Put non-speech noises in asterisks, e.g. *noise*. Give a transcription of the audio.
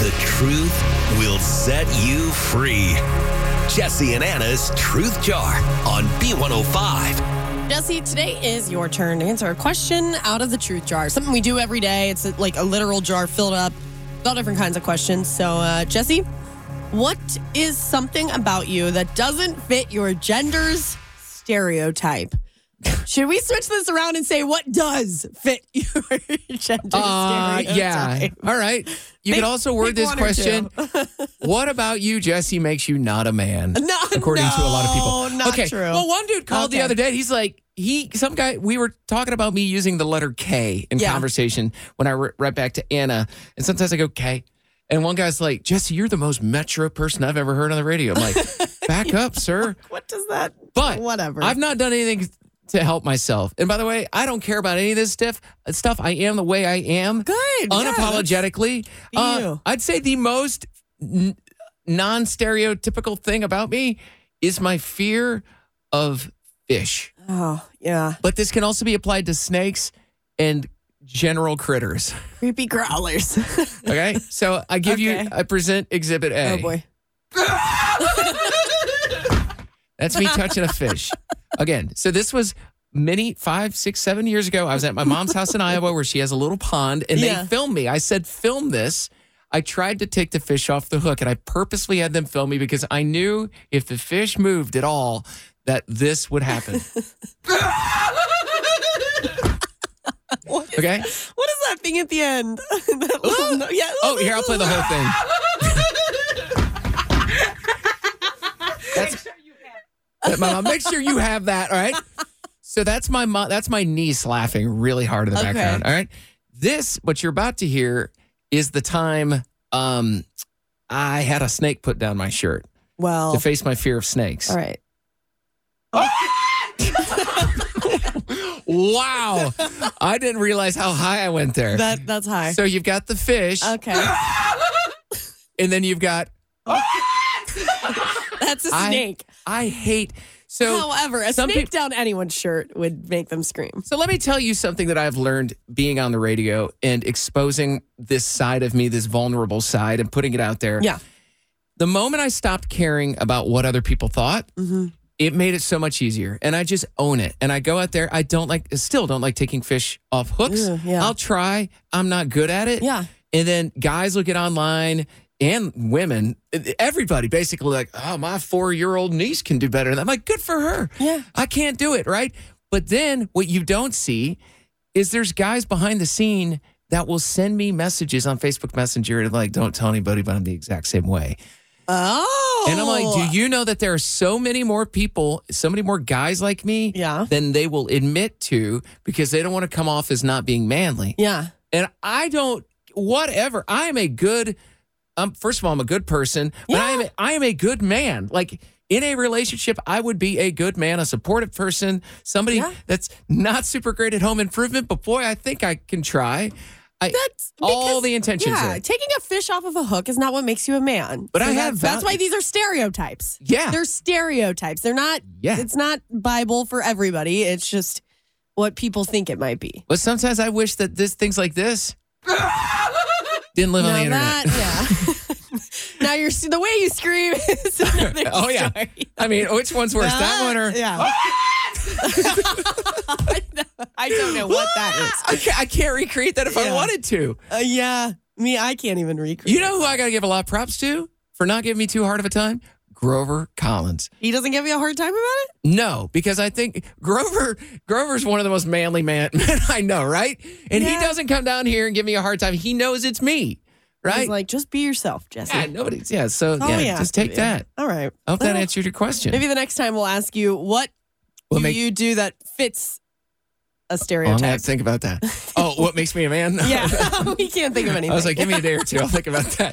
The truth will set you free. Jesse and Anna's Truth Jar on B105. Jesse, today is your turn to answer a question out of the truth jar. Something we do every day. It's uh, like a literal jar filled up with all different kinds of questions. So, uh, Jesse, what is something about you that doesn't fit your gender's stereotype? Should we switch this around and say what does fit *laughs* your gender Uh, stereotype? yeah. All right. You Pick- can also word pick this one or question. two. *laughs* what about you, Jesse, makes you not a man? No, according to a lot of people. no, Not okay. true. Well, one dude called Okay. the other day. He's like, he, some guy, we were talking about me using the letter K in Yeah. conversation when I wrote right back to Anna. And sometimes I go, K. And one guy's like, Jesse, you're the most metro person I've ever heard on the radio. I'm like, *laughs* back up, sir. what does that? But Whatever. I've not done anything to help myself. And by the way, I don't care about any of this stuff. uh, Stuff I am the way I am. Good. Unapologetically, uh, Be you. I'd say the most n- non stereotypical thing about me is my fear of fish. Yeah. Oh, yeah. But this can also be applied to snakes and general critters. Creepy growlers. *laughs* Okay, so I give you, Okay. I present Exhibit A. Oh, boy. *laughs* That's me touching a fish. Again, so this was many five, six, seven years ago. I was at my mom's house in Iowa where she has a little pond and Yeah. they filmed me. I said, film this. I tried to take the fish off the hook and I purposely had them film me because I knew if the fish moved at all, that this would happen. What is Okay. What is that thing at the end? *laughs* That little no- yeah. Oh, here, I'll play the whole thing. That's- That- my mom, make sure you have that. All right. So that's my mom. That's my niece laughing really hard in the Okay. background. All right. This, what you're about to hear, is the time um, I had a snake put down my shirt Well, to face my fear of snakes. Oh. all right. Wow. I didn't realize how high I went there. That that's high. so you've got the fish, okay, and then you've got that's a I- snake. I hate. So However, a some snake down anyone's shirt would make them scream. So let me tell you something that I've learned being on the radio and exposing this side of me, this vulnerable side, and putting it out there. Yeah. The moment I stopped caring about what other people thought, Mm-hmm. it made it so much easier. And I just own it. And I go out there. I don't like, still don't like taking fish off hooks. Ew, yeah. I'll try. I'm not good at it. Yeah. And then guys will get online and women, everybody basically like, oh, my four year old niece can do better. And I'm like, good for her. Yeah. I can't do it. Right. But then what you don't see is there's guys behind the scene that will send me messages on Facebook Messenger and like, don't tell anybody, but I'm the exact same way. Oh, And I'm like, do you know that there are so many more people, so many more guys like me Yeah. than they will admit to because they don't want to come off as not being manly. Yeah, And I don't, whatever. I am a good, um, first of all, I'm a good person, but I, am, I am a good man. Like in a relationship, I would be a good man, a supportive person, somebody Yeah. that's not super great at home improvement, but boy, I think I can try. I, that's all because- the intentions Yeah, there. taking a fish off of a hook is not what makes you a man. But I that's- have That's val- why these are stereotypes. Yeah. they're stereotypes. They're not. Yeah. it's not Bible for everybody. It's just what people think it might be. But sometimes I wish that this things *laughs* like this didn't live on the Now internet. That, yeah. *laughs* now you're the way you scream *laughs* is another Oh, yeah. story. I mean, which one's worse, that one or? yeah. *laughs* I don't know what *laughs* that Ah, I can't, I can't recreate that if I Yeah. wanted to. is. Uh, yeah, me, I can't even recreate. You know who I got to give a lot of props to for not giving me too hard of a time? Grover Collins. he doesn't give you a hard time about it. No, because I think Grover Grover's one of the most manly man *laughs* men I know, right? And Yeah. he doesn't come down here and give me a hard time. He knows it's me, He's right? like, just be yourself, Jesse. yeah, nobody's. Yeah, so Oh, yeah, yeah. just take Yeah. that. All right. I hope that Well, *laughs* answered your question. Maybe the next time we'll ask you what We'll do make- you do that fits a Oh, I'm *laughs* gonna stereotype. have to think about that. Oh, what makes me a man? *laughs* yeah, *laughs* we can't think of anything. I was like, give me a day or two. I'll think about that.